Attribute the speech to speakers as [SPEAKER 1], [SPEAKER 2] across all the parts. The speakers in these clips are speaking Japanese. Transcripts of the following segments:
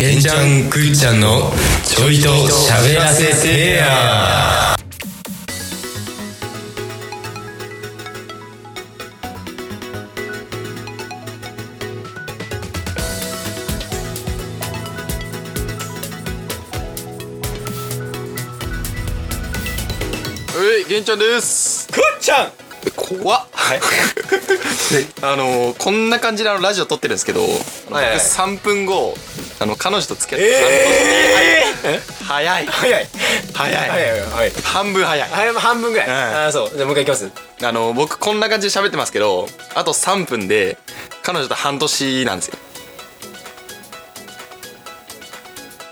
[SPEAKER 1] ベンちゃんくっちゃんのちょいと喋らせてや
[SPEAKER 2] はい、げんちゃんです。くっちゃん。怖っ。あのこんな感じであのラジオ撮ってるんですけど、
[SPEAKER 1] はいはい
[SPEAKER 2] 僕三分後あの彼女と付き合って、早い
[SPEAKER 3] 早い
[SPEAKER 2] 早い、
[SPEAKER 3] 早い早い
[SPEAKER 2] 半分早い。
[SPEAKER 3] 早い半分ぐらい、
[SPEAKER 2] はい
[SPEAKER 3] ああそうじゃあもう一回いきます
[SPEAKER 2] あの僕こんな感じで喋ってますけど、あと三分で彼女と半年なんですよ。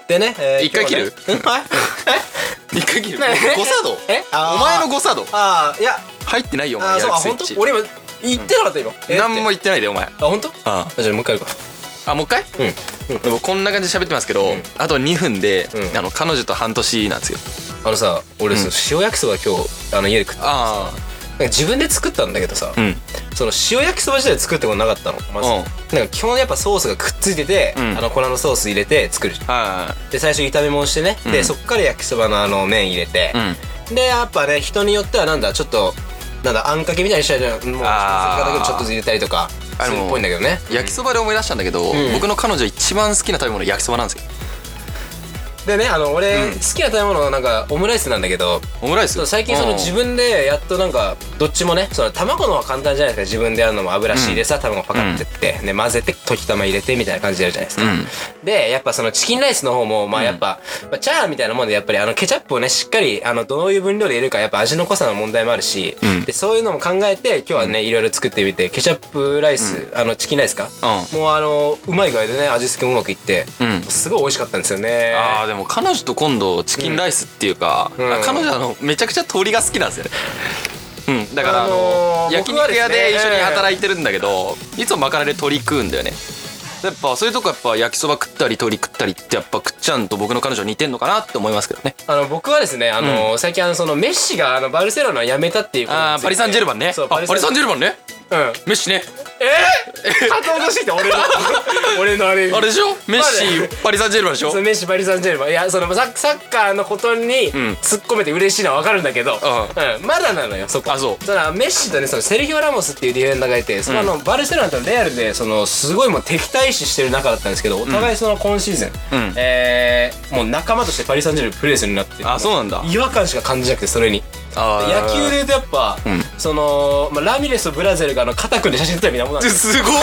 [SPEAKER 3] でね、えー
[SPEAKER 2] 一回切る
[SPEAKER 3] 今日は ねうんはい
[SPEAKER 2] 一回切る。誤
[SPEAKER 3] ね
[SPEAKER 2] 作動。
[SPEAKER 3] えあー
[SPEAKER 2] お前の誤作動。
[SPEAKER 3] ああいや
[SPEAKER 2] 入ってないよお
[SPEAKER 3] あ
[SPEAKER 2] 前
[SPEAKER 3] あそう
[SPEAKER 2] やる
[SPEAKER 3] あ
[SPEAKER 2] くせ
[SPEAKER 3] 本
[SPEAKER 2] にち
[SPEAKER 3] 当俺今言ってなかった今、えー
[SPEAKER 2] 何も
[SPEAKER 3] って
[SPEAKER 2] 言ってないでお前。
[SPEAKER 3] あ本当
[SPEAKER 2] あ
[SPEAKER 3] じゃあもう一回やるか
[SPEAKER 2] あもう一回？
[SPEAKER 3] うん
[SPEAKER 2] でもこんな感じで喋ってますけど、あと2分で、
[SPEAKER 3] うん
[SPEAKER 2] あの彼女と半年なんですよ。
[SPEAKER 3] あのさ俺、
[SPEAKER 2] うん
[SPEAKER 3] 塩焼きそば今日あの家で食ってなんか
[SPEAKER 2] あ
[SPEAKER 3] 自分で作ったんだけどさ、
[SPEAKER 2] あ、うん。
[SPEAKER 3] その塩焼きそば自体作ったことなかったのまず、
[SPEAKER 2] うん
[SPEAKER 3] なんか基本やっぱソースがくっついてて、
[SPEAKER 2] うん
[SPEAKER 3] あの粉のソース入れて作るじゃん
[SPEAKER 2] は
[SPEAKER 3] で最初炒め物してね、
[SPEAKER 2] う
[SPEAKER 3] で
[SPEAKER 2] ん
[SPEAKER 3] そっから焼きそばのあの麺入れて
[SPEAKER 2] い、はい。
[SPEAKER 3] でやっぱね人によってはなんだちょっとなんだあんかけみたいにしたりじゃんもうその
[SPEAKER 2] あー
[SPEAKER 3] だけどちょっとずつ入れたりとか
[SPEAKER 2] あ
[SPEAKER 3] するっぽいんだけどね
[SPEAKER 2] うん。焼きそばで思い出したんだけど、
[SPEAKER 3] ん
[SPEAKER 2] 僕の彼女一番好きな食べ物焼きそばなんですよ。
[SPEAKER 3] でねあの俺、好きな食べ物はなんかオムライスなんだけど
[SPEAKER 2] オムライス。
[SPEAKER 3] そう最近その自分でやっとなんかどっちもねその卵のは簡単じゃないですか自分でやるのも油敷入れさ、卵パカってって、ね混ぜて溶き卵入れてみたいな感じでやるじゃないですか、でやっぱそのチキンライスの方もまあやっぱ、まあ、チャーみたいなもんでやっぱりあのケチャップをねしっかりあのどういう分量で入れるかやっぱ味の濃さの問題もあるし、
[SPEAKER 2] うん
[SPEAKER 3] でそういうのも考えて今日はねいろいろ作ってみてケチャップライス、あのチキンライスか、
[SPEAKER 2] う
[SPEAKER 3] もうあのうまい具合でね味付けもうまくいって、
[SPEAKER 2] うん
[SPEAKER 3] すごい美味しかったんですよね
[SPEAKER 2] うん。ああでも彼女と今度チキンライスっていうか、
[SPEAKER 3] うん
[SPEAKER 2] あ彼女あのめちゃくちゃ鳥が好きなんですよね。うん、だからあの、
[SPEAKER 3] あのー
[SPEAKER 2] 焼
[SPEAKER 3] 僕はで
[SPEAKER 2] 肉
[SPEAKER 3] すね
[SPEAKER 2] 屋で一緒に働いてるんだけど、いつもまかないで鳥食うんだよねやっぱそういうとこやっぱ焼きそば食ったり鳥食ったりってやっぱくっちゃんと僕の彼女似てんのかなって思いますけどね
[SPEAKER 3] あの僕はですねあの、最近あのそのメッシがあのバルセロナを辞めたっていうことについて
[SPEAKER 2] ああパリ・サンジェルマンね
[SPEAKER 3] そう
[SPEAKER 2] あパリ・サンジェルマンね
[SPEAKER 3] マンうん
[SPEAKER 2] メッシね
[SPEAKER 3] えー、片落と しいって俺の俺のあれ
[SPEAKER 2] あれでしょメッシパリ・サンジェルマンでしょ
[SPEAKER 3] そのメッシパリ・サンジェルマンいやそのサッサッカーのことに
[SPEAKER 2] ん
[SPEAKER 3] 突っ込めて嬉しいのは分かるんだけど、
[SPEAKER 2] う
[SPEAKER 3] うんまだなのよそこ
[SPEAKER 2] あそう
[SPEAKER 3] だからメッシとねそのセルヒオ・ラモスっていうディフェンダーがいてそのあの、バルセロナとレアルでそのすごいもう敵対視してる仲だったんですけどお互いその今シーズン、
[SPEAKER 2] うん
[SPEAKER 3] えーもう仲間としてパリ・サンジェルマンでプレーするようになって
[SPEAKER 2] あそうなんだ
[SPEAKER 3] 違和感しか感じなくてそれに野球で言うとやっぱ、
[SPEAKER 2] ん
[SPEAKER 3] その、まあ、ラミレスとブラゼルがあの肩組んで写真撮ったみたいなもんなん ですよ
[SPEAKER 2] すごい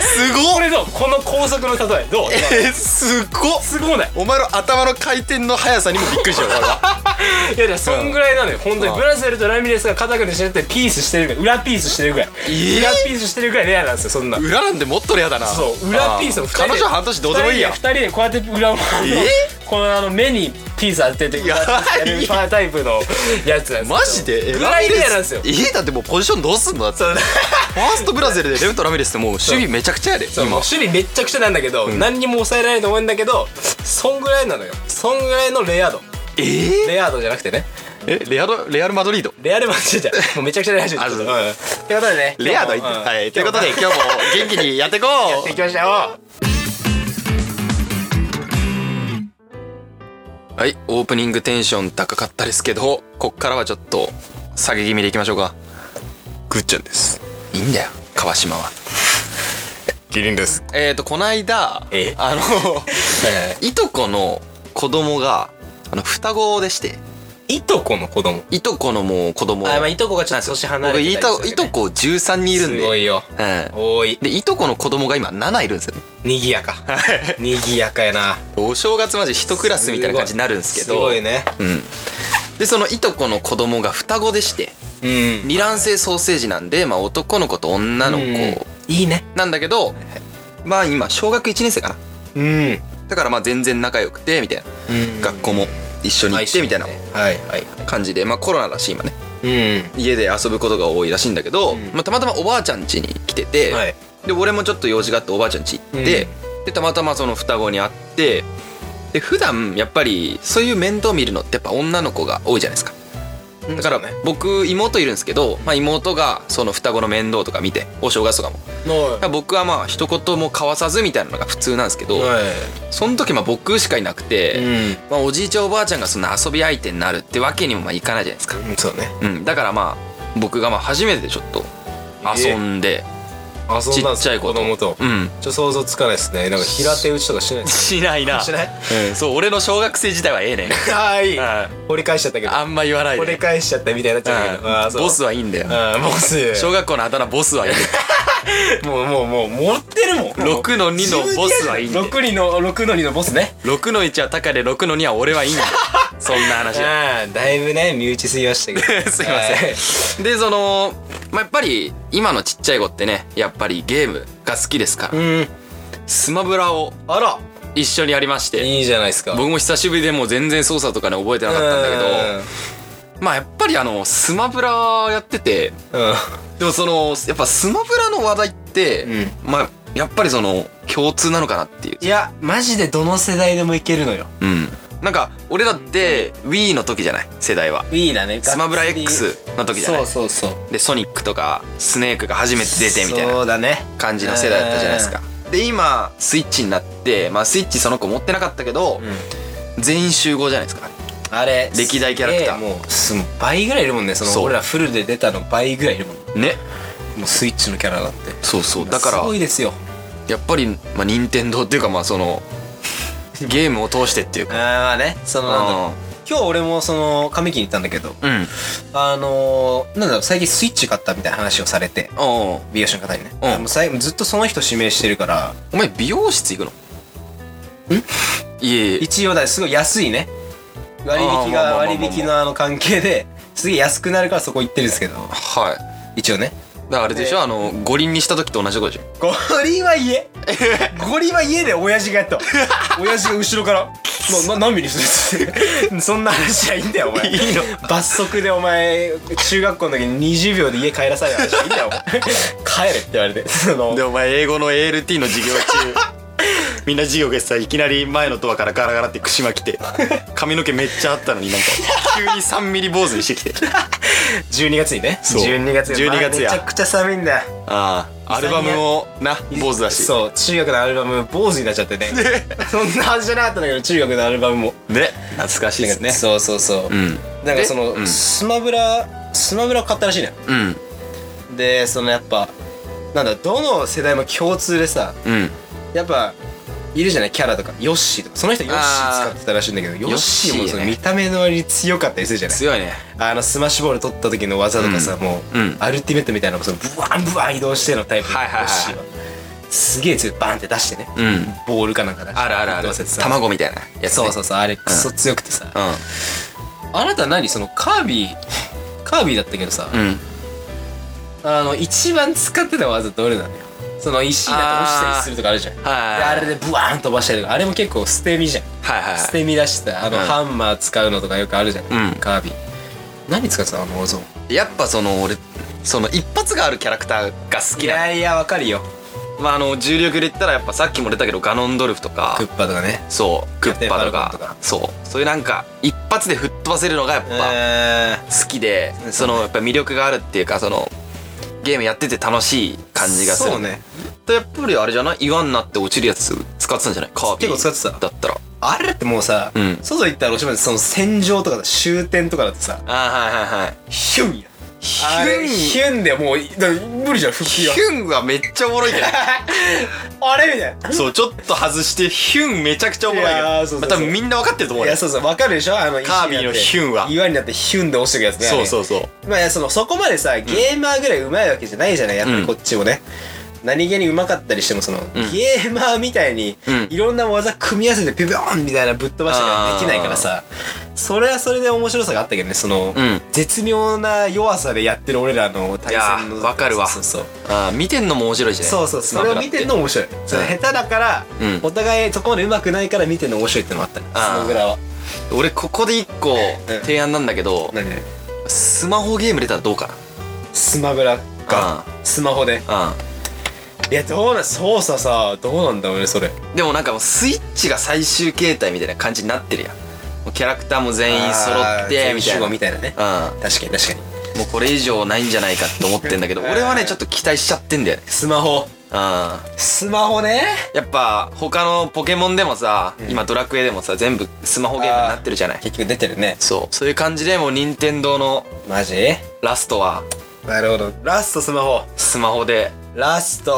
[SPEAKER 2] すごい
[SPEAKER 3] これのこの高速の例えどう
[SPEAKER 2] えすごっ
[SPEAKER 3] すごない
[SPEAKER 2] お前の頭の回転の速さにもびっくりしたよ 俺は
[SPEAKER 3] いやいやそんぐらいなのよ本当にブラゼルとラミレスが肩組んで写真撮ってピースしてるぐらい裏ピースしてるぐらい、
[SPEAKER 2] え
[SPEAKER 3] 裏ピースしてるぐらいレアなんですよそんな
[SPEAKER 2] 裏なんてもっとレアだな
[SPEAKER 3] そう裏ピースを
[SPEAKER 2] あ
[SPEAKER 3] 二人で
[SPEAKER 2] ー彼女半年どうでもいいや
[SPEAKER 3] 2人で二人でこうやって裏もあの
[SPEAKER 2] え
[SPEAKER 3] このあの目にピース当てて
[SPEAKER 2] やばい
[SPEAKER 3] やるパータイプのやつなんですけど
[SPEAKER 2] マジでえ
[SPEAKER 3] ぐらいレアなんですよ
[SPEAKER 2] ラミレスえだってもうポジションどうすんのだってフ
[SPEAKER 3] そう
[SPEAKER 2] ァーストブラゼルでレフトラミレスってもう守備めちゃくちゃやで
[SPEAKER 3] そうもう
[SPEAKER 2] 今
[SPEAKER 3] 守備めっちゃくちゃなんだけど、何にも抑えられないと思うんだけどそんぐらいなのよそんぐらいのレア度
[SPEAKER 2] えー
[SPEAKER 3] レア度じゃなくてね
[SPEAKER 2] えレアドレアル・マドリード
[SPEAKER 3] レアルマジじゃんもうめちゃくちゃレアじゃん
[SPEAKER 2] あそう
[SPEAKER 3] うんってことでね
[SPEAKER 2] レアド言って
[SPEAKER 3] 今日もうん
[SPEAKER 2] はいということで今日も元気にやっていこ
[SPEAKER 3] やっ
[SPEAKER 2] う
[SPEAKER 3] ていきましょ
[SPEAKER 2] はいオープニングテンション高かったですけどこっからはちょっと下げ気味でいきましょうか
[SPEAKER 1] ぐっちゃんです
[SPEAKER 2] いいんだよ川島は
[SPEAKER 1] キリンです
[SPEAKER 2] えっ、ー、とこの間
[SPEAKER 3] え
[SPEAKER 2] あの
[SPEAKER 3] う、え
[SPEAKER 2] いとこの子供があの双子でして
[SPEAKER 3] いとこの子供
[SPEAKER 2] いとこのもう子供
[SPEAKER 3] あまあいとこがちょっと年離れてたりする
[SPEAKER 2] 僕いといとこ13人いるんです
[SPEAKER 3] ごいよ
[SPEAKER 2] うん
[SPEAKER 3] 多い
[SPEAKER 2] でいとこの子供が今7いるんですよね
[SPEAKER 3] にぎやかにぎやかやな
[SPEAKER 2] お正月まじ一クラスみたいな感じになるんですけど
[SPEAKER 3] すごいね
[SPEAKER 2] うん、でそのいとこの子供が双子でして
[SPEAKER 3] うん
[SPEAKER 2] 二卵性ソーセージなんで、まあ、男の子と女の
[SPEAKER 3] うん
[SPEAKER 2] 子
[SPEAKER 3] いいね
[SPEAKER 2] なんだけど、まあ今小学1年生かな
[SPEAKER 3] うん
[SPEAKER 2] だからまあ全然仲良くてみたいな、学校も一緒に行ってみたいな
[SPEAKER 3] はいはい
[SPEAKER 2] 感じで、まあ、コロナだし今ね
[SPEAKER 3] うん
[SPEAKER 2] 家で遊ぶことが多いらしいんだけど、
[SPEAKER 3] ん
[SPEAKER 2] まあ、たまたまおばあちゃん家に来てて、
[SPEAKER 3] はい
[SPEAKER 2] で俺もちょっと用事があっておばあちゃん家行って、でたまたまその双子に会ってで普段やっぱりそういう面倒見るのってやっぱ女の子が多いじゃないですかだから
[SPEAKER 3] うんそうね
[SPEAKER 2] 僕妹いるんですけど、まあ、妹がその双子の面倒とか見てお正月とかもだから僕はまあ一言も交わさずみたいなのが普通なんですけど、その時まあ僕しかいなくて、
[SPEAKER 3] うん
[SPEAKER 2] まあ、おじいちゃんおばあちゃんがその遊び相手になるってわけにもまあいかないじゃないですか、
[SPEAKER 3] うんそうね
[SPEAKER 2] うん、だからまあ僕がまあ初めてちょっと遊んで、
[SPEAKER 3] 遊んだん
[SPEAKER 2] ちっちゃい子
[SPEAKER 3] 子
[SPEAKER 2] と
[SPEAKER 3] 供と
[SPEAKER 2] うん
[SPEAKER 3] ちょっと想像つかないですねなんか平手打ちとかしないです
[SPEAKER 2] しないな
[SPEAKER 3] しない
[SPEAKER 2] うん、そう俺の小学生時代はええねん
[SPEAKER 3] ああいい
[SPEAKER 2] あ
[SPEAKER 3] 掘り返しちゃったけど
[SPEAKER 2] あんま言わない
[SPEAKER 3] 掘
[SPEAKER 2] で
[SPEAKER 3] り返しちゃったみたいになっちゃうけ
[SPEAKER 2] う
[SPEAKER 3] どああ
[SPEAKER 2] ん
[SPEAKER 3] そう
[SPEAKER 2] ボスはいいんだよ
[SPEAKER 3] うんボス
[SPEAKER 2] 小学校のあだ名ボスはいい
[SPEAKER 3] もうもうもう持ってるもん
[SPEAKER 2] 六の二のボスはいいんだよ
[SPEAKER 3] 6の六の2のボスね
[SPEAKER 2] 6の1は高で6の2は俺はいい んだよそんな話は
[SPEAKER 3] ああだいぶね身内すぎましたけど
[SPEAKER 2] すいま
[SPEAKER 3] はい
[SPEAKER 2] せんでその、まあ、やっぱり今のちっちゃい子ってねやっぱりゲームが好きですから、
[SPEAKER 3] うん
[SPEAKER 2] スマブラを
[SPEAKER 3] あら
[SPEAKER 2] 一緒にやりまして
[SPEAKER 3] いいじゃないですか
[SPEAKER 2] 僕も久しぶりでもう全然操作とかね覚えてなかったんだけどまあやっぱりあのスマブラやってて
[SPEAKER 3] けどうん
[SPEAKER 2] でもそのやっぱスマブラの話題って、まあやっぱりその共通なのかなっていう
[SPEAKER 3] いやマジでどの世代でもいけるのよ
[SPEAKER 2] うんなんか俺だって Wii の時じゃない世代は
[SPEAKER 3] Wii だね
[SPEAKER 2] スマブラ
[SPEAKER 3] がっつり
[SPEAKER 2] X の時じゃない
[SPEAKER 3] そうそうそう
[SPEAKER 2] でソニックとかスネークが初めて出てみたいな
[SPEAKER 3] そうだね
[SPEAKER 2] 感じの世代だったじゃないですか。で今スイッチになってまあスイッチその子持ってなかったけど、全員集合じゃないですか
[SPEAKER 3] あれ
[SPEAKER 2] 歴代キャラクター
[SPEAKER 3] すげえもうす倍ぐらいいるもんねそ
[SPEAKER 2] そ
[SPEAKER 3] の
[SPEAKER 2] う
[SPEAKER 3] 俺らフルで出たの倍ぐらいいるもんも
[SPEAKER 2] ね
[SPEAKER 3] うスイッチのキャラだって
[SPEAKER 2] そうそうだから
[SPEAKER 3] すごいですよ
[SPEAKER 2] やっぱりまあ任天堂っていうかまあ そのゲームを通してっていう
[SPEAKER 3] あー
[SPEAKER 2] か
[SPEAKER 3] まあねそのなんだろう
[SPEAKER 2] うん
[SPEAKER 3] 今日俺もその上木に行ったんだけど
[SPEAKER 2] うん
[SPEAKER 3] あのー、なんだろう最近スイッチ買ったみたいな話をされて
[SPEAKER 2] おう
[SPEAKER 3] 美容師の方にね、
[SPEAKER 2] うん
[SPEAKER 3] もう最ずっとその人指名してるから
[SPEAKER 2] お前美容室行くのんいえいえ
[SPEAKER 3] 一応だすごい安いね割引
[SPEAKER 2] あーまあまあまあま
[SPEAKER 3] が
[SPEAKER 2] あ
[SPEAKER 3] 割引のあの関係ですげえ安くなるからそこ行ってるんですけど
[SPEAKER 2] はい
[SPEAKER 3] 一応ね
[SPEAKER 2] だからあれでしょあの五輪にした時と同じことでしょ
[SPEAKER 3] ゴリは家ゴリは家で親父がやった 親父が後ろから「なな何ミリす る?」そんな話はいいんだよお前いいの罰則でお前中学校の時に20秒で家帰らされる話はいいんだよお前 帰れって言われて その
[SPEAKER 2] でお前英語の ALT の授業 中みんな授業がさいきなり前のドアからガラガラって串巻きて髪の毛めっちゃあったのになんか急に3ミリ坊主にしてきて
[SPEAKER 3] 12月にね
[SPEAKER 2] そう
[SPEAKER 3] 12月
[SPEAKER 2] 12月や
[SPEAKER 3] まあめちゃくちゃ寒いんだ
[SPEAKER 2] ああアルバムもな坊主だし
[SPEAKER 3] そう中学のアルバム坊主になっちゃってね そんなはずじゃなかったんだけど中学のアルバムも
[SPEAKER 2] ね懐かしいですね
[SPEAKER 3] そうそうそう、
[SPEAKER 2] うん
[SPEAKER 3] なんかその、
[SPEAKER 2] うん
[SPEAKER 3] スマブラスマブラを買ったらしいのよ
[SPEAKER 2] うん
[SPEAKER 3] でそのやっぱなんだどの世代も共通でさ
[SPEAKER 2] うん
[SPEAKER 3] やっぱいるじゃないキャラとかヨッシーとかその人ヨッシー使ってたらしいんだけどヨッシー
[SPEAKER 2] ヨッ
[SPEAKER 3] も
[SPEAKER 2] シー
[SPEAKER 3] そ
[SPEAKER 2] ね
[SPEAKER 3] の見た目の割に強かったりするじゃない
[SPEAKER 2] 強いね
[SPEAKER 3] あのスマッシュボール取った時の技とかさ、
[SPEAKER 2] うん
[SPEAKER 3] もう、
[SPEAKER 2] うん
[SPEAKER 3] アルティメットみたいなのもそのブワンブワン移動してのタイプの
[SPEAKER 2] はいはいはい
[SPEAKER 3] ヨッシーはすげえ強いバンって出してね、
[SPEAKER 2] うん
[SPEAKER 3] ボールかなんか出して
[SPEAKER 2] あるあるある
[SPEAKER 3] 移動させてさ
[SPEAKER 2] 卵みたいなやつね
[SPEAKER 3] そうそうそうあれクソ強くてさ、
[SPEAKER 2] う
[SPEAKER 3] あなた何そのカービィカービィだったけどさ、
[SPEAKER 2] んうん
[SPEAKER 3] あの一番使ってた技どれなのよその石だと落ちたりするとかあるじゃん
[SPEAKER 2] はい
[SPEAKER 3] であれでブワーン飛ばしたりとかあれも結構捨て身じゃん
[SPEAKER 2] はいはい
[SPEAKER 3] 捨
[SPEAKER 2] はい
[SPEAKER 3] て身出してたあの
[SPEAKER 2] うん
[SPEAKER 3] ハンマー使うのとかよくあるじゃん、
[SPEAKER 2] うん
[SPEAKER 3] カービィ何使ってたのあのお像
[SPEAKER 2] やっぱその俺その一発があるキャラクターが好きなの
[SPEAKER 3] いやわかるよ
[SPEAKER 2] まああの重力で言ったらやっぱさっきも出たけどガノンドルフとか
[SPEAKER 3] クッパとかね
[SPEAKER 2] そうクッパと
[SPEAKER 3] キャプテン
[SPEAKER 2] か
[SPEAKER 3] ファルコンとか
[SPEAKER 2] そうそういうなんか一発で吹っ飛ばせるのがやっぱ
[SPEAKER 3] えー
[SPEAKER 2] 好きで、
[SPEAKER 3] うん
[SPEAKER 2] そのやっぱ魅力があるっていうかそのゲームやってて楽しい感じがする
[SPEAKER 3] そうね
[SPEAKER 2] でやっぱりあれじゃない岩になって落ちるやつ使ってたんじゃないカービィ
[SPEAKER 3] 結構使って
[SPEAKER 2] だったら
[SPEAKER 3] あれってもうさ、
[SPEAKER 2] うん
[SPEAKER 3] 外行ったらおしまいでその戦場とかさ終点とかだとさ
[SPEAKER 2] あーはいはいはい
[SPEAKER 3] ヒュンや
[SPEAKER 2] ヒ
[SPEAKER 3] あれヒ
[SPEAKER 2] ュン
[SPEAKER 3] ュンでもういだから無理じゃん復帰
[SPEAKER 2] ヒ
[SPEAKER 3] が
[SPEAKER 2] ュンはめっちゃおもろいけど
[SPEAKER 3] あれみたい な
[SPEAKER 2] そうちょっと外してヒュンめちゃくちゃおもろいけど
[SPEAKER 3] いやーそうそうそう
[SPEAKER 2] まあ多分みんな分かってると思う
[SPEAKER 3] い
[SPEAKER 2] よ
[SPEAKER 3] やそうそうわかるでしょあの
[SPEAKER 2] カービィのヒュンは
[SPEAKER 3] 岩になってヒュンで落ちてくやつね
[SPEAKER 2] そうそううそう
[SPEAKER 3] まあそのそこまでさゲーマーぐらいうまいわけじゃないじゃないやっぱ
[SPEAKER 2] うん
[SPEAKER 3] りこっちもね、何気にうまかったりしてもその、
[SPEAKER 2] ん
[SPEAKER 3] ゲーマーみたいに
[SPEAKER 2] うん
[SPEAKER 3] いろんな技組み合わせてピュピョンみたいなぶっ飛ばしたりはできないからさそれはそれで面白さがあったけどねその、
[SPEAKER 2] うん
[SPEAKER 3] 絶妙な弱さでやってる俺らの対戦の
[SPEAKER 2] いやわかるわ
[SPEAKER 3] そうそう
[SPEAKER 2] あー見てんのも面白いしね
[SPEAKER 3] そうそうそれを見てんの面白い、その下手だから、
[SPEAKER 2] うん
[SPEAKER 3] お互いそこまで上手くないから見てんの面白いってのもあったね
[SPEAKER 2] あー
[SPEAKER 3] そのぐらいは
[SPEAKER 2] 俺ここで一個提案なんだけど、
[SPEAKER 3] 何何
[SPEAKER 2] スマホゲーム出たらどうか
[SPEAKER 3] スマブラ
[SPEAKER 2] あ
[SPEAKER 3] かスマホで
[SPEAKER 2] な、
[SPEAKER 3] いやどうなん操作さどうなんだろうねそれ
[SPEAKER 2] うん、でもなんかもうスイッチが最終形態みたいな感じになってるやんもうキャラクターも全員揃ってみたいな
[SPEAKER 3] みたいなね
[SPEAKER 2] う
[SPEAKER 3] 確かに確かに
[SPEAKER 2] んもうこれ以上ないんじゃないかって思ってんだけど俺はねちょっと期待しちゃってんだよね
[SPEAKER 3] スマホ
[SPEAKER 2] うんや
[SPEAKER 3] スマホね
[SPEAKER 2] っぱ他のポケモンでもさ、今ドラクエでもさ全部スマホゲームになってるじゃない
[SPEAKER 3] 結局出てるね
[SPEAKER 2] そうそういう感じでもう任天堂の
[SPEAKER 3] マジ
[SPEAKER 2] ラストは
[SPEAKER 3] なるほどラストスマホ
[SPEAKER 2] スマホで
[SPEAKER 3] ラスト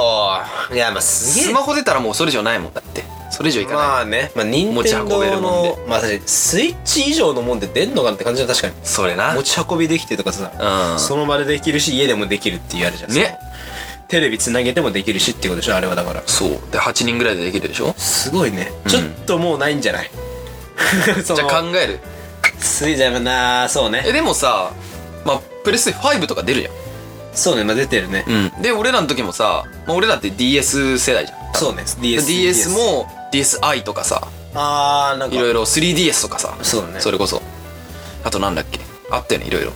[SPEAKER 3] いやまあすげえ
[SPEAKER 2] スマホ出たらもうそれ以上ないもんだってそれ以上いかない、
[SPEAKER 3] まあね、まあ、任
[SPEAKER 2] 持ち
[SPEAKER 3] 天
[SPEAKER 2] 運べる
[SPEAKER 3] 堂
[SPEAKER 2] もん
[SPEAKER 3] のまあ確かにスイッチ以上のもんで出んのかなって感じは確かに
[SPEAKER 2] それな
[SPEAKER 3] 持ち運びできてとかさ、
[SPEAKER 2] うん
[SPEAKER 3] その場でできるし家でもできるっていうあれじゃん
[SPEAKER 2] ね
[SPEAKER 3] テレビつなげてもできるしっていうことでしょあれはだから
[SPEAKER 2] そうで8人ぐらいでできるでしょ
[SPEAKER 3] すごいね、
[SPEAKER 2] うん
[SPEAKER 3] ちょっともうないんじゃない じ
[SPEAKER 2] じゃあ考 える
[SPEAKER 3] スイじゃなそう
[SPEAKER 2] え
[SPEAKER 3] ね
[SPEAKER 2] でもさまあプレステ5とか出るじゃ
[SPEAKER 3] そうねまあ出てるね、
[SPEAKER 2] ん、で俺らの時もさ、まあ、俺らって DS 世代じゃん
[SPEAKER 3] そうね DS,
[SPEAKER 2] DS も DSi とかさ
[SPEAKER 3] あーなんか
[SPEAKER 2] いろいろ 3DS とかさ
[SPEAKER 3] そうだね
[SPEAKER 2] それこそあとなんだっけあったよねいろいろ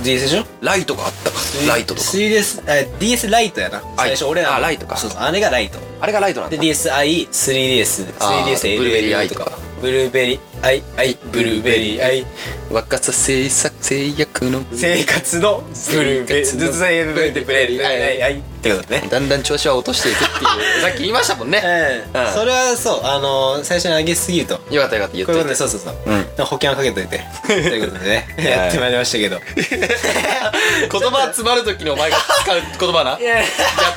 [SPEAKER 3] DS でしょ
[SPEAKER 2] ライトがあったかライトとか
[SPEAKER 3] 3DS あ DS ライトやな最初俺らの
[SPEAKER 2] あライトか
[SPEAKER 3] そうそうあれがライト
[SPEAKER 2] あれがライトなんだ
[SPEAKER 3] で DSi3DS
[SPEAKER 2] あー
[SPEAKER 3] 3DS
[SPEAKER 2] ブルーベリーアイ
[SPEAKER 3] LLI
[SPEAKER 2] と
[SPEAKER 3] と
[SPEAKER 2] か
[SPEAKER 3] かブルーベリーアイアイブルーベリーアイ
[SPEAKER 2] 若さ制作制約の
[SPEAKER 3] 生活のブルーベリー
[SPEAKER 2] 生活の
[SPEAKER 3] ずっとブルーベリーアイアイアイってことね
[SPEAKER 2] だんだん調子は落としていくっていう さっき言いましたもんね
[SPEAKER 3] うんそれはそうあのー最初に上げすぎるとこ
[SPEAKER 2] よかったよかった言っ
[SPEAKER 3] ういうことと
[SPEAKER 2] い
[SPEAKER 3] ね
[SPEAKER 2] て
[SPEAKER 3] そうそうそう
[SPEAKER 2] うん
[SPEAKER 3] 保険はかけとい てということでねやってまいりましたけど
[SPEAKER 2] 言葉詰まる時にお前が使う言葉な やっ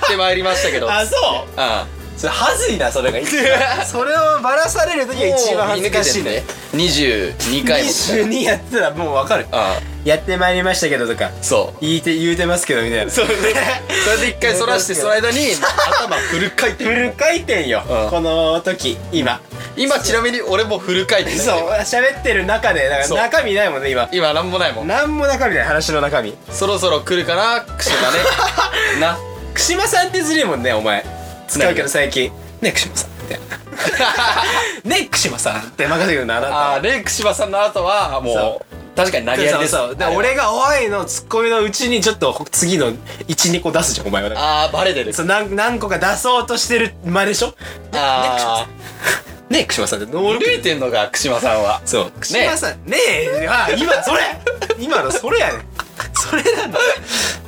[SPEAKER 2] てまいりましたけど
[SPEAKER 3] あそう
[SPEAKER 2] あ
[SPEAKER 3] それはずいなそれが一番 それをバラされる時が一番恥ずかしいね
[SPEAKER 2] 22回も
[SPEAKER 3] 22やってたらもう分かる
[SPEAKER 2] あ
[SPEAKER 3] やってまいりましたけどとか
[SPEAKER 2] あそう
[SPEAKER 3] 言いて言うてますけどみたいな
[SPEAKER 2] そうねそれで一回そらしてその間に頭フル回
[SPEAKER 3] フ
[SPEAKER 2] 転
[SPEAKER 3] ル回転よ、
[SPEAKER 2] うん
[SPEAKER 3] この時今
[SPEAKER 2] 今ちなみに俺もフル回転だ
[SPEAKER 3] そう喋ってる中でだか
[SPEAKER 2] そう
[SPEAKER 3] ら中身ないもんね今
[SPEAKER 2] 今なんもないもん
[SPEAKER 3] なんも中身ない話の中身
[SPEAKER 2] そろそろ来るかなクシがね な
[SPEAKER 3] 串間さんってずるいもんねお前使うけど最近ね串間さんみたいなね串間さんって任せてくるのあなた
[SPEAKER 2] ああレイクシバさんの後はも
[SPEAKER 3] そう
[SPEAKER 2] 確かに投げやりです
[SPEAKER 3] そうそうで
[SPEAKER 2] あれは
[SPEAKER 3] 俺が「おい」のツッコミのうちにちょっと次の12個出すじゃんお前はだから
[SPEAKER 2] ああバレてる
[SPEAKER 3] そう何何個か出そうとしてる間でしょ
[SPEAKER 2] あ
[SPEAKER 3] ねえ串間さんって
[SPEAKER 2] あ
[SPEAKER 3] ノール
[SPEAKER 2] 歩いてんのが串間さんは
[SPEAKER 3] そう串間さんねえあ今 それ今のそれやねんそれなの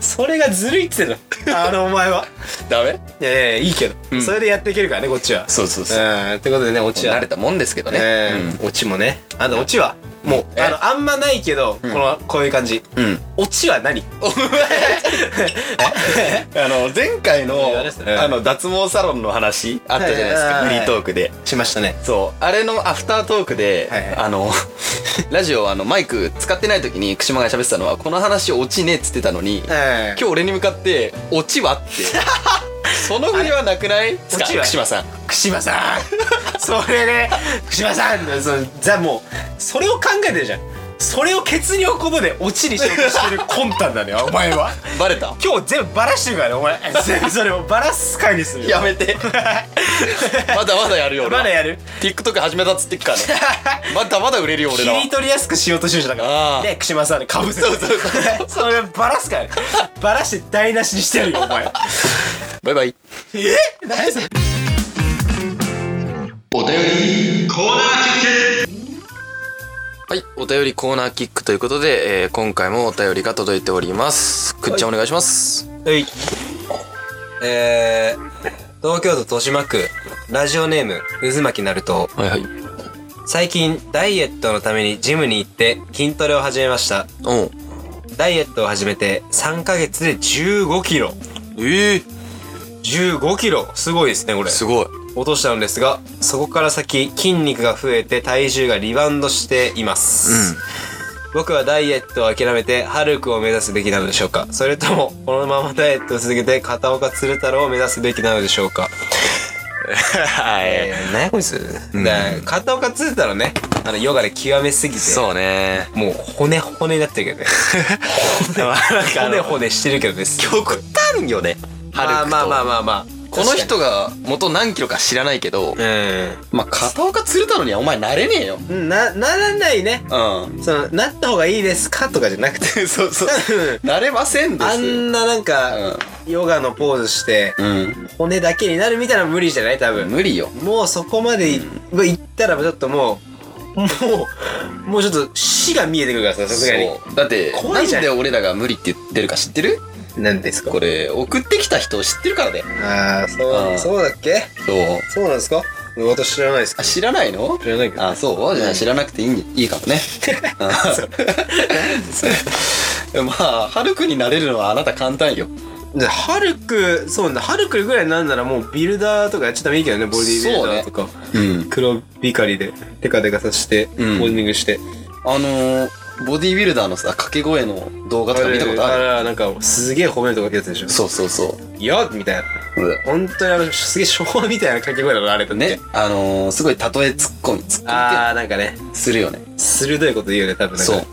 [SPEAKER 3] それがずるいっつってんのあのお前は
[SPEAKER 2] ダメ
[SPEAKER 3] いやいやいやいいけど、
[SPEAKER 2] ん
[SPEAKER 3] それでやっていけるからねこっちは
[SPEAKER 2] そうそうそう
[SPEAKER 3] うんってことでねオチは
[SPEAKER 2] 慣れたもんですけどね、
[SPEAKER 3] えーオチもねあのオチはもう
[SPEAKER 2] え
[SPEAKER 3] あのあんまないけど、このこういう感じ
[SPEAKER 2] うん、うん
[SPEAKER 3] オチは何
[SPEAKER 2] あの前回の
[SPEAKER 3] あれですね
[SPEAKER 2] あの脱毛サロンの話あったじゃないですか、
[SPEAKER 3] はいはいはい
[SPEAKER 2] フリートークで
[SPEAKER 3] しましたね
[SPEAKER 2] そうあれのアフタートークで、
[SPEAKER 3] はいはい
[SPEAKER 2] あの ラジオあのマイク使ってない時に串間が喋ってたのはこの話落ちねえっつってたのに、今
[SPEAKER 3] 今
[SPEAKER 2] 日俺に向かって「落ちは?」 ってその振りはなくないですか
[SPEAKER 3] オチは
[SPEAKER 2] 串間さん
[SPEAKER 3] 福島さん それね福島さんのそのザもうそれを考えてるじゃんそれを血尿こぼでオチにしようとしてる魂胆なんだよお前は
[SPEAKER 2] バ レた
[SPEAKER 3] 今日全部バラしてるからねお前全部それをバラす回にするよ
[SPEAKER 2] やめて まだまだやるよ俺
[SPEAKER 3] ま
[SPEAKER 2] は
[SPEAKER 3] だやる
[SPEAKER 2] TikTok 始めたっつってっからね まだまだ売れるよ
[SPEAKER 3] 切
[SPEAKER 2] 俺らは
[SPEAKER 3] り取りやすくしようとしてるじゃんだか
[SPEAKER 2] あ
[SPEAKER 3] ら
[SPEAKER 2] ー
[SPEAKER 3] で福島さんにかぶせて
[SPEAKER 2] そうそうそ う
[SPEAKER 3] それをバラすからねバラして台無しにしてるよお前
[SPEAKER 2] バイバイ
[SPEAKER 3] え何それ
[SPEAKER 2] はい、お便りコーナーキックということで、えー今回もお便りが届いております。くっちゃんお願いします。
[SPEAKER 3] はい。えー、東京都豊島区、ラジオネーム、渦巻きなると、
[SPEAKER 2] はいはい。
[SPEAKER 3] 最近、ダイエットのためにジムに行って筋トレを始めました。
[SPEAKER 2] おう
[SPEAKER 3] ダイエットを始めて3ヶ月で15キロ。
[SPEAKER 2] ええ
[SPEAKER 3] 15キロすごいですね、これ。
[SPEAKER 2] すごい。
[SPEAKER 3] 落としたのですが、そこから先、筋肉が増えて体重がリバウンドしています。僕はダイエットを諦めて、ハルクを目指すべきなのでしょうかそれとも、このままダイエットを続けて、片岡鶴太郎を目指すべきなのでしょうか
[SPEAKER 2] はい。
[SPEAKER 3] えー、何やこいつ、だ片岡鶴太郎ねあのヨガで極めすぎて
[SPEAKER 2] そうね。
[SPEAKER 3] もう骨骨になってるけどね骨骨してるけどです
[SPEAKER 2] 極端よね。
[SPEAKER 3] まあまあまあ
[SPEAKER 2] あ。
[SPEAKER 3] まあまあ
[SPEAKER 2] この人が元何キロか知らないけど
[SPEAKER 3] 確、か
[SPEAKER 2] まあ、片岡鶴太郎にはお前なれねえよ。
[SPEAKER 3] にうんなならないね
[SPEAKER 2] う
[SPEAKER 3] そのなった方がいいですかとかじゃなくて
[SPEAKER 2] ん。 そうそう
[SPEAKER 3] うん
[SPEAKER 2] なれませんで す。
[SPEAKER 3] あんななんか、ヨガのポーズして、
[SPEAKER 2] うん。
[SPEAKER 3] 骨だけになるみたいなの無理じゃない多分、
[SPEAKER 2] 無理よ。
[SPEAKER 3] もうそこまでい、行ったらちょっともうもう、もうちょっと死が見えてくるからさ、さすがに。
[SPEAKER 2] そうだって
[SPEAKER 3] 怖いじゃん
[SPEAKER 2] なんで俺らが無理って言ってるか知ってる
[SPEAKER 3] 何です
[SPEAKER 2] これ送ってきた人知ってるからね
[SPEAKER 3] ああ、
[SPEAKER 2] あ
[SPEAKER 3] そう、
[SPEAKER 2] ー
[SPEAKER 3] そうだっけ
[SPEAKER 2] そう
[SPEAKER 3] そうなんですか私知らないです
[SPEAKER 2] あ知らないの
[SPEAKER 3] 知らないけど
[SPEAKER 2] あそうじゃあ知らなくていいんいいかも ねうん まあハルクになれるのはあなた簡単よ
[SPEAKER 3] でハルクそうなんだハルクぐらいになんならもうビルダーとかやっちゃダメいいけどねボディビルダーとか、
[SPEAKER 2] うん
[SPEAKER 3] 黒ビカリでテカテカさせて、
[SPEAKER 2] うん
[SPEAKER 3] ホールディングして
[SPEAKER 2] あのーボディービルダーのさ掛け声の動画とか見たことある
[SPEAKER 3] らなんかすげえ褒めるとかってやつでしょ
[SPEAKER 2] そうそうそ
[SPEAKER 3] 「よっ!」みたいな
[SPEAKER 2] う
[SPEAKER 3] 本当にあのすげえ昭和みたいな掛け声だろあれと
[SPEAKER 2] ねあのーすごい例えツッコミツッコミ
[SPEAKER 3] あーなんかね
[SPEAKER 2] ってするよね
[SPEAKER 3] 鋭いこと言うよね多分なんか
[SPEAKER 2] そう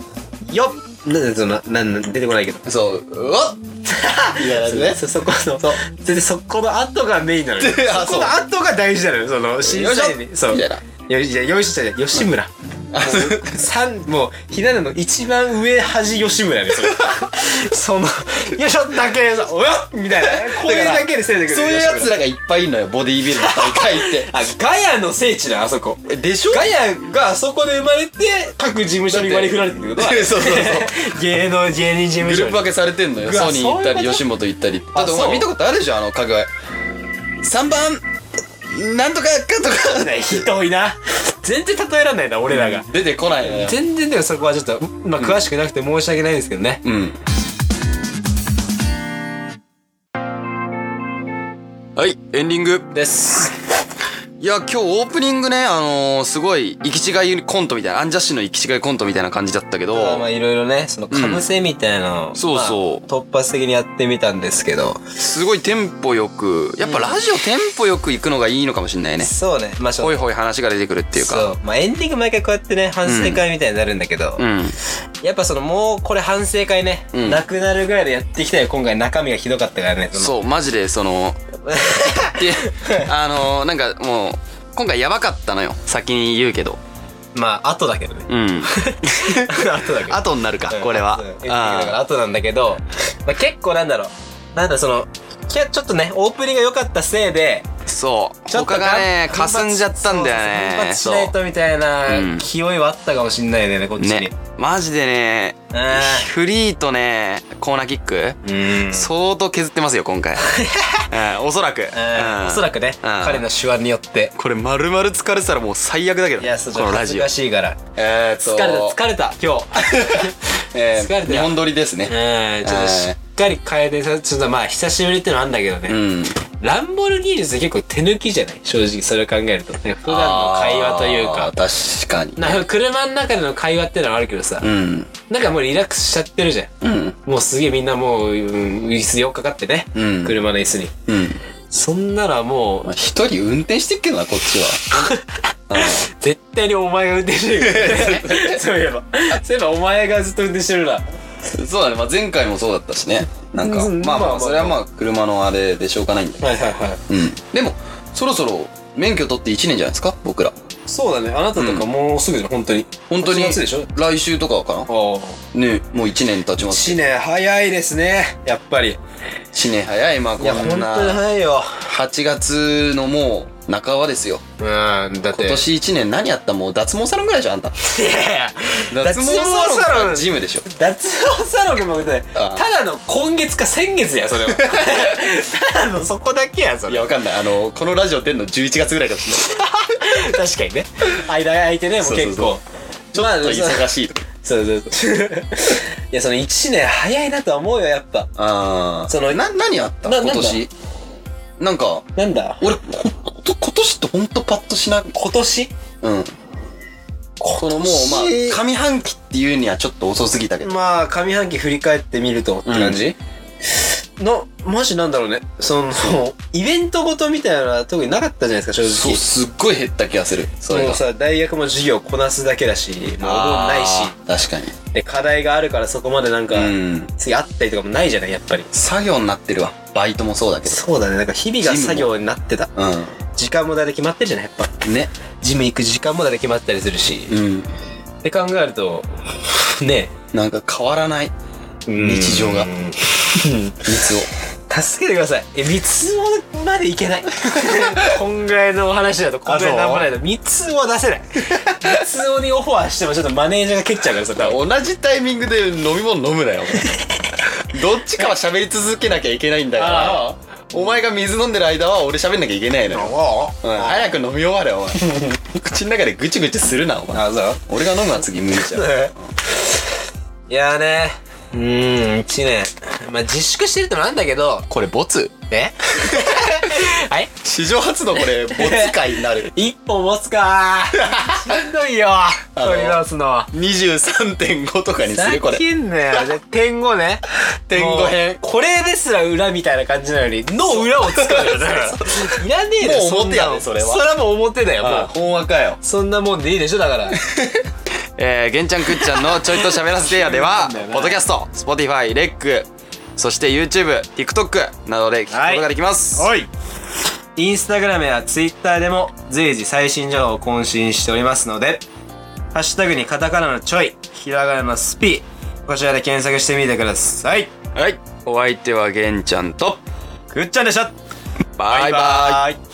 [SPEAKER 3] 「よっ!」なんでそのなんなん出てこないけど
[SPEAKER 2] そうう わっみたいなやつね
[SPEAKER 3] そそこの
[SPEAKER 2] そう
[SPEAKER 3] 全然そこの後がメインなのよ
[SPEAKER 2] あ
[SPEAKER 3] そこの後が大事なのよその審査員にそう
[SPEAKER 2] みたいな
[SPEAKER 3] よいやよいしょじゃない吉 村三もうひな壇の一番上端吉村ね それそのよいしょだけさおよっみたいなこういうだけでせいでくる
[SPEAKER 2] そういうやつらがいっぱいいるのよボディービルダー大会 っ
[SPEAKER 3] あガヤの聖地だあそこ
[SPEAKER 2] てでしょ
[SPEAKER 3] ガヤがあそこで生まれて各事務所に割り振られてる ってことは
[SPEAKER 2] そうそう そ
[SPEAKER 3] 芸能芸人事務
[SPEAKER 2] グ
[SPEAKER 3] 所
[SPEAKER 2] ルー
[SPEAKER 3] に
[SPEAKER 2] プ分けされてんのよ
[SPEAKER 3] うわ
[SPEAKER 2] ソニー行った
[SPEAKER 3] そういう
[SPEAKER 2] り
[SPEAKER 3] こと
[SPEAKER 2] 吉本行ったり
[SPEAKER 3] あ
[SPEAKER 2] だってお
[SPEAKER 3] そう
[SPEAKER 2] 前見たことあるじゃんあの掛け声3番なんとかかとか
[SPEAKER 3] ひどいな全然例えらんないな俺らが、
[SPEAKER 2] 出てこないのよ
[SPEAKER 3] 全然でもそこはちょっと、まあ、詳しくなくて申し訳ないんですけどね、
[SPEAKER 2] うんはいエンディングですいや今日オープニングねあのー、すごい行き違いコントみたいなアンジャッシュの行き違いコントみたいな感じだったけど
[SPEAKER 3] まあまあいろいろね、そのかぶせみたいなのを、
[SPEAKER 2] んそうそう
[SPEAKER 3] まあ突発的にやってみたんですけど、
[SPEAKER 2] すごいテンポよくやっぱラジオテンポよく行くのがいいのかもしれないね
[SPEAKER 3] そうね、まあちょ
[SPEAKER 2] ほい
[SPEAKER 3] っ
[SPEAKER 2] ほい話が出てくるっていうか
[SPEAKER 3] そう、まあエンディング毎回こうやってね、反省会みたいになるんだけど、
[SPEAKER 2] うん
[SPEAKER 3] やっぱそのもうこれ反省会ね、
[SPEAKER 2] うん
[SPEAKER 3] なくなるぐらいでやっていきたいよ今回中身がひどかったからね、う。
[SPEAKER 2] そうマジでその であのー、なんかもう今回やばかったのよ先に言うけど
[SPEAKER 3] まあ後だけどね。
[SPEAKER 2] うん
[SPEAKER 3] 後だけど。
[SPEAKER 2] 後になるかこれは
[SPEAKER 3] うんエンディングだから
[SPEAKER 2] あ
[SPEAKER 3] 後なんだけど、まあ結構なんだろう、なんだその、きゃちょっとね、オープニングが良かったせいで、
[SPEAKER 2] ーそう
[SPEAKER 3] ちょっと
[SPEAKER 2] 他がね
[SPEAKER 3] 頑張
[SPEAKER 2] かすんじゃった
[SPEAKER 3] そうそ
[SPEAKER 2] んだ
[SPEAKER 3] う
[SPEAKER 2] よね
[SPEAKER 3] そう奮発しないとみたい
[SPEAKER 2] うん
[SPEAKER 3] な気負いはあったかもしんないよねこっちに、
[SPEAKER 2] ねマジでね
[SPEAKER 3] あー
[SPEAKER 2] フリーとねコーナーキック
[SPEAKER 3] うん
[SPEAKER 2] 相当削ってますよ今 回、うんおそらく、
[SPEAKER 3] うんおそらくね、彼の手腕によって
[SPEAKER 2] これ丸々疲れてたらもう最悪だけど
[SPEAKER 3] い
[SPEAKER 2] ね
[SPEAKER 3] やそうち
[SPEAKER 2] こ
[SPEAKER 3] ょっと
[SPEAKER 2] のラ
[SPEAKER 3] 恥ず
[SPEAKER 2] ジオ
[SPEAKER 3] かしいから
[SPEAKER 2] えーっ
[SPEAKER 3] 疲れた疲れた今日
[SPEAKER 2] えー
[SPEAKER 3] 疲れた
[SPEAKER 2] 日本撮りですね
[SPEAKER 3] うんちょっとしっかり楓さんちょっとまあ久しぶりってのはあんだけどね、
[SPEAKER 2] うん
[SPEAKER 3] ランボルギーニって結構手抜きじゃない正直それを考え ると、ね、普段の会話という
[SPEAKER 2] あ
[SPEAKER 3] か
[SPEAKER 2] ー確か
[SPEAKER 3] なん
[SPEAKER 2] に
[SPEAKER 3] か車の中での会話ってのはあるけどさ、
[SPEAKER 2] うん
[SPEAKER 3] なんかもうリラックスしちゃってるじゃん
[SPEAKER 2] うん
[SPEAKER 3] もうすげえみんなもう、うん椅子に寄っかかってね、
[SPEAKER 2] うん
[SPEAKER 3] 車の椅子に。
[SPEAKER 2] うん
[SPEAKER 3] そんならも
[SPEAKER 2] ま
[SPEAKER 3] う
[SPEAKER 2] あ、一人運転してっけどなこっちはう
[SPEAKER 3] 絶対にお前が運転してるからね そういえば。そういえばお前がずっと運転してるな。
[SPEAKER 2] ん そうだね、まあ、前回もそうだったしねなんか
[SPEAKER 3] うん
[SPEAKER 2] まあ
[SPEAKER 3] まあま
[SPEAKER 2] まあ
[SPEAKER 3] あ
[SPEAKER 2] それはまあ車のあれでしょうがないんだけ
[SPEAKER 3] はいはいはい。
[SPEAKER 2] どうんでもそろそろ免許取って1年じゃないですか僕ら
[SPEAKER 3] そうだね。あなたとかもうすぐじゃん、本当に。
[SPEAKER 2] 本当に
[SPEAKER 3] 8月でしょ
[SPEAKER 2] 来週とかか
[SPEAKER 3] あ
[SPEAKER 2] なねもう1年経ちます
[SPEAKER 3] 1年早いですね。やっぱり。
[SPEAKER 2] 1年早いまあこ
[SPEAKER 3] いや、本当
[SPEAKER 2] ん
[SPEAKER 3] に
[SPEAKER 2] な
[SPEAKER 3] 早いよ。
[SPEAKER 2] 8月のもう半ばですよ
[SPEAKER 3] うん、だって。
[SPEAKER 2] 今 年1年何やったもう脱毛サロンぐらいじゃんあんた
[SPEAKER 3] いやいや
[SPEAKER 2] 脱毛サロンかジムでしょ
[SPEAKER 3] 脱毛サロンが僕ね、
[SPEAKER 2] ああ
[SPEAKER 3] ただの今月か先月や、そ れは。ただのそこだけや、そ
[SPEAKER 2] い
[SPEAKER 3] れ
[SPEAKER 2] やわかんないあのこのラジオ出んの11月ぐらいかもしれない
[SPEAKER 3] 確かにね間が空いてねもう結構
[SPEAKER 2] ちょっと忙しいとか
[SPEAKER 3] そうそうそう いやその1年早いなとは思うよやっぱ
[SPEAKER 2] ああ
[SPEAKER 3] その
[SPEAKER 2] な何あった
[SPEAKER 3] な
[SPEAKER 2] 今年なんか
[SPEAKER 3] なんだ
[SPEAKER 2] 俺ほんと今年ってほんとパッとしな
[SPEAKER 3] 今年
[SPEAKER 2] うんこのもうまあ上半期っていうにはちょっと遅すぎたけど
[SPEAKER 3] まあ上半期振り返ってみるとって感じ、のマジなんだろうねそのイベントごとみたいなのは特になかったじゃないですか正
[SPEAKER 2] そう
[SPEAKER 3] 直
[SPEAKER 2] すっごい減った気がするそれ
[SPEAKER 3] も
[SPEAKER 2] が
[SPEAKER 3] うさ大学も授業こなすだけだしもうお盆ないし
[SPEAKER 2] あー確かに
[SPEAKER 3] で課題があるからそこまでなんか、
[SPEAKER 2] うん
[SPEAKER 3] 次あったりとかもないじゃないやっぱり
[SPEAKER 2] 作業になってるわバイトもそうだけど
[SPEAKER 3] そうだねなんか日々が作業になってた
[SPEAKER 2] う
[SPEAKER 3] 時間もだいたい決まってるじゃないやっぱ
[SPEAKER 2] んね
[SPEAKER 3] ジム行く時間もだいたい決まったりするし、
[SPEAKER 2] うん
[SPEAKER 3] って考えると ね
[SPEAKER 2] なんか変わらない日常が
[SPEAKER 3] うん
[SPEAKER 2] 水を
[SPEAKER 3] 助けてくださいえ三つ葉までいけ ないこんぐらいのお話だとこんぐらいなんもないと三つ葉出せない三つ葉にオファーしてもちょっとマネージャーが蹴っちゃうからさ多分
[SPEAKER 2] 同じタイミングで飲み物飲むな よどっちかは喋り続けなきゃいけないんだからお前が水飲んでる間は俺喋んなきゃいけないのよ、うん、早く飲み終われお前 口の中でぐちぐちするなお前
[SPEAKER 3] あそう
[SPEAKER 2] 俺が飲むのは次無理じゃ
[SPEAKER 3] い
[SPEAKER 2] ん
[SPEAKER 3] やーねうーん1年まあ自粛してるってのもなんだけど
[SPEAKER 2] これボツ
[SPEAKER 3] え はい
[SPEAKER 2] 史上初のこれボツ回になる
[SPEAKER 3] 一本持つかーしんどいよ
[SPEAKER 2] の
[SPEAKER 3] 取り出すの
[SPEAKER 2] 23.5とかにするこれ
[SPEAKER 3] けんなよじゃあ点5ね
[SPEAKER 2] 点五編
[SPEAKER 3] もうこれですら裏みたいな感じなのにの裏を使うよだからいらねえよ
[SPEAKER 2] もう表や
[SPEAKER 3] そん
[SPEAKER 2] ね
[SPEAKER 3] なの
[SPEAKER 2] それは
[SPEAKER 3] それはもう表だよもう
[SPEAKER 2] あ本話かよ
[SPEAKER 3] そんなもんでいいでしょだから
[SPEAKER 2] えー、げんちゃんくっちゃんのちょいと喋らせてやで
[SPEAKER 3] な
[SPEAKER 2] は
[SPEAKER 3] んだよ、な
[SPEAKER 2] ポッドキャスト、Spotify、レック、そして YouTube、TikTok などで聞くことができます。
[SPEAKER 3] いインスタグラムやツイッターでも随時最新情報を更新しておりますのでハッシュタグにカタカナのちょいひらがなのスピこちらで検索してみてください
[SPEAKER 2] はい。お相手はげんちゃんと、
[SPEAKER 3] くっちゃんでした
[SPEAKER 2] バイバイ。
[SPEAKER 3] イ